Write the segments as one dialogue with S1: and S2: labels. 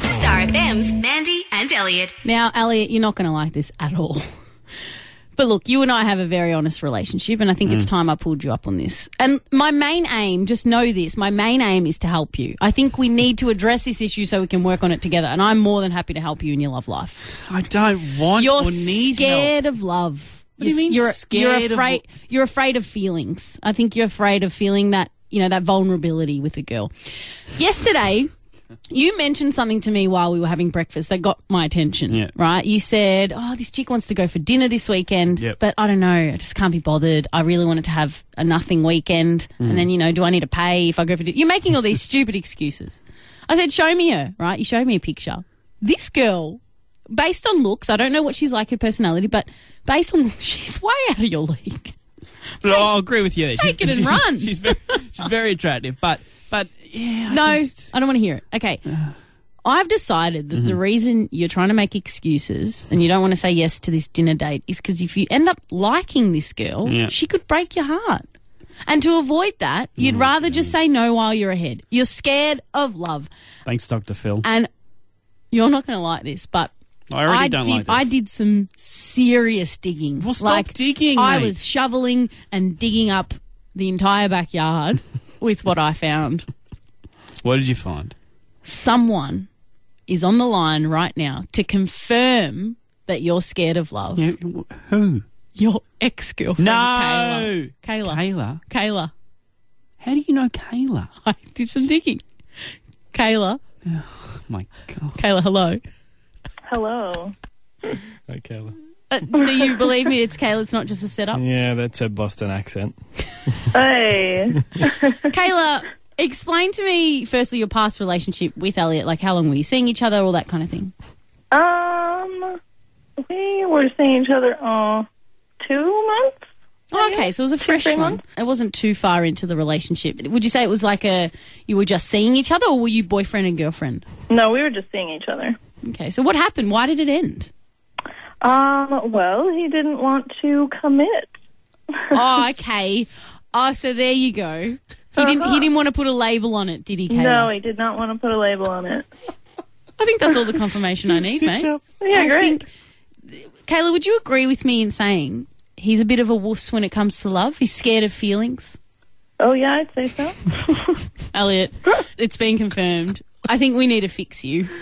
S1: FM's Mandy and Elliot.
S2: Now, Elliot, you're not going to like this at all. But look, you and I have a very honest relationship, and I think it's time I pulled you up on this. And my main aim, just know this, my main aim is to help you. I think we need to address this issue so we can work on it together, and I'm more than happy to help you in your love life.
S3: I don't want
S2: You're
S3: or need help.
S2: scared of love.
S3: What do you mean
S2: you're,
S3: scared
S2: you're
S3: of
S2: afraid. You're afraid of feelings. I think you're afraid of feeling that you know that vulnerability with a girl. Yesterday, you mentioned something to me while we were having breakfast that got my attention.
S3: Yeah.
S2: Right? You said, "Oh, this chick wants to go for dinner this weekend,
S3: Yep.
S2: but I don't know. I just can't be bothered. I really wanted to have a nothing weekend, and then you know, do I need to pay if I go for dinner? You're making all these stupid excuses. I said, "Show me her." Right? You showed me a picture. This girl based on looks, I don't know what she's like her personality, but based on looks, she's way out of your league.
S3: But I'll agree with you there.
S2: Take it and run.
S3: She's very, she's very attractive, but but yeah, I
S2: No,
S3: just- Mm-hmm.
S2: I don't want to hear it. Okay. I've decided that the reason you're trying to make excuses and you don't want to say yes to this dinner date is because if you end up liking this girl,
S3: Yeah.
S2: she could break your heart. And to avoid that,
S3: Mm-hmm.
S2: you'd rather just say no while you're ahead. You're scared of love.
S3: thanks, Doctor Phil.
S2: And you're not going to like this, but
S3: I already don't
S2: did,
S3: like this.
S2: I did some serious digging.
S3: Well, stop digging,
S2: I
S3: mate.
S2: was shoveling and digging up the entire backyard with what I found.
S3: What did you find?
S2: Someone is on the line right now to confirm that you're scared of love.
S3: Yeah, who?
S2: Your ex girlfriend,
S3: No,
S2: Kayla. Kayla.
S3: Kayla.
S2: Kayla.
S3: How do you know Kayla? Oh
S2: I did some digging. Kayla.
S3: Oh my God.
S2: Kayla, hello.
S4: Hello.
S5: Hey, Kayla.
S2: Uh, so you believe me? It's Kayla. It's not just a setup.
S5: Yeah, that's a Boston accent.
S4: Hey.
S2: Kayla, explain to me firstly your past relationship with Elliot. Like, how long were you seeing each other, all that kind of thing?
S4: um, we were seeing each other uh, two months.
S2: Oh, okay, so it was a fresh
S4: three
S2: one.
S4: months.
S2: It wasn't too far into the relationship. Would you say it was like a you were just seeing each other, or were you boyfriend and girlfriend?
S4: No, we were just seeing each other.
S2: Okay, so what happened? Why did it end?
S4: Um, well, he didn't want to commit.
S2: oh, okay. Oh, so there you go. He didn't. He didn't want to put a label on it, did he, Kayla?
S4: No, he did not want to put a label on it.
S2: I think that's all the confirmation I need, mate.
S4: Yeah,
S2: I
S4: great.
S2: think- Kayla, would you agree with me in saying he's a bit of a wuss when it comes to love? He's scared of feelings.
S4: Oh, yeah, I'd say so.
S2: Elliot, it's been confirmed. I think we need to fix you.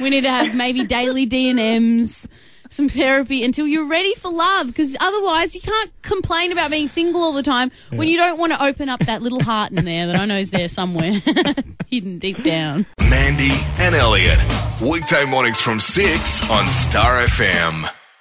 S2: We need to have maybe daily D and M's, some therapy until you're ready for love. Because otherwise, you can't complain about being single all the time when you don't want to open up that little heart in there that I know is there somewhere, hidden deep down.
S6: Mandy and Elliot. Weekday mornings from 6 on Star FM.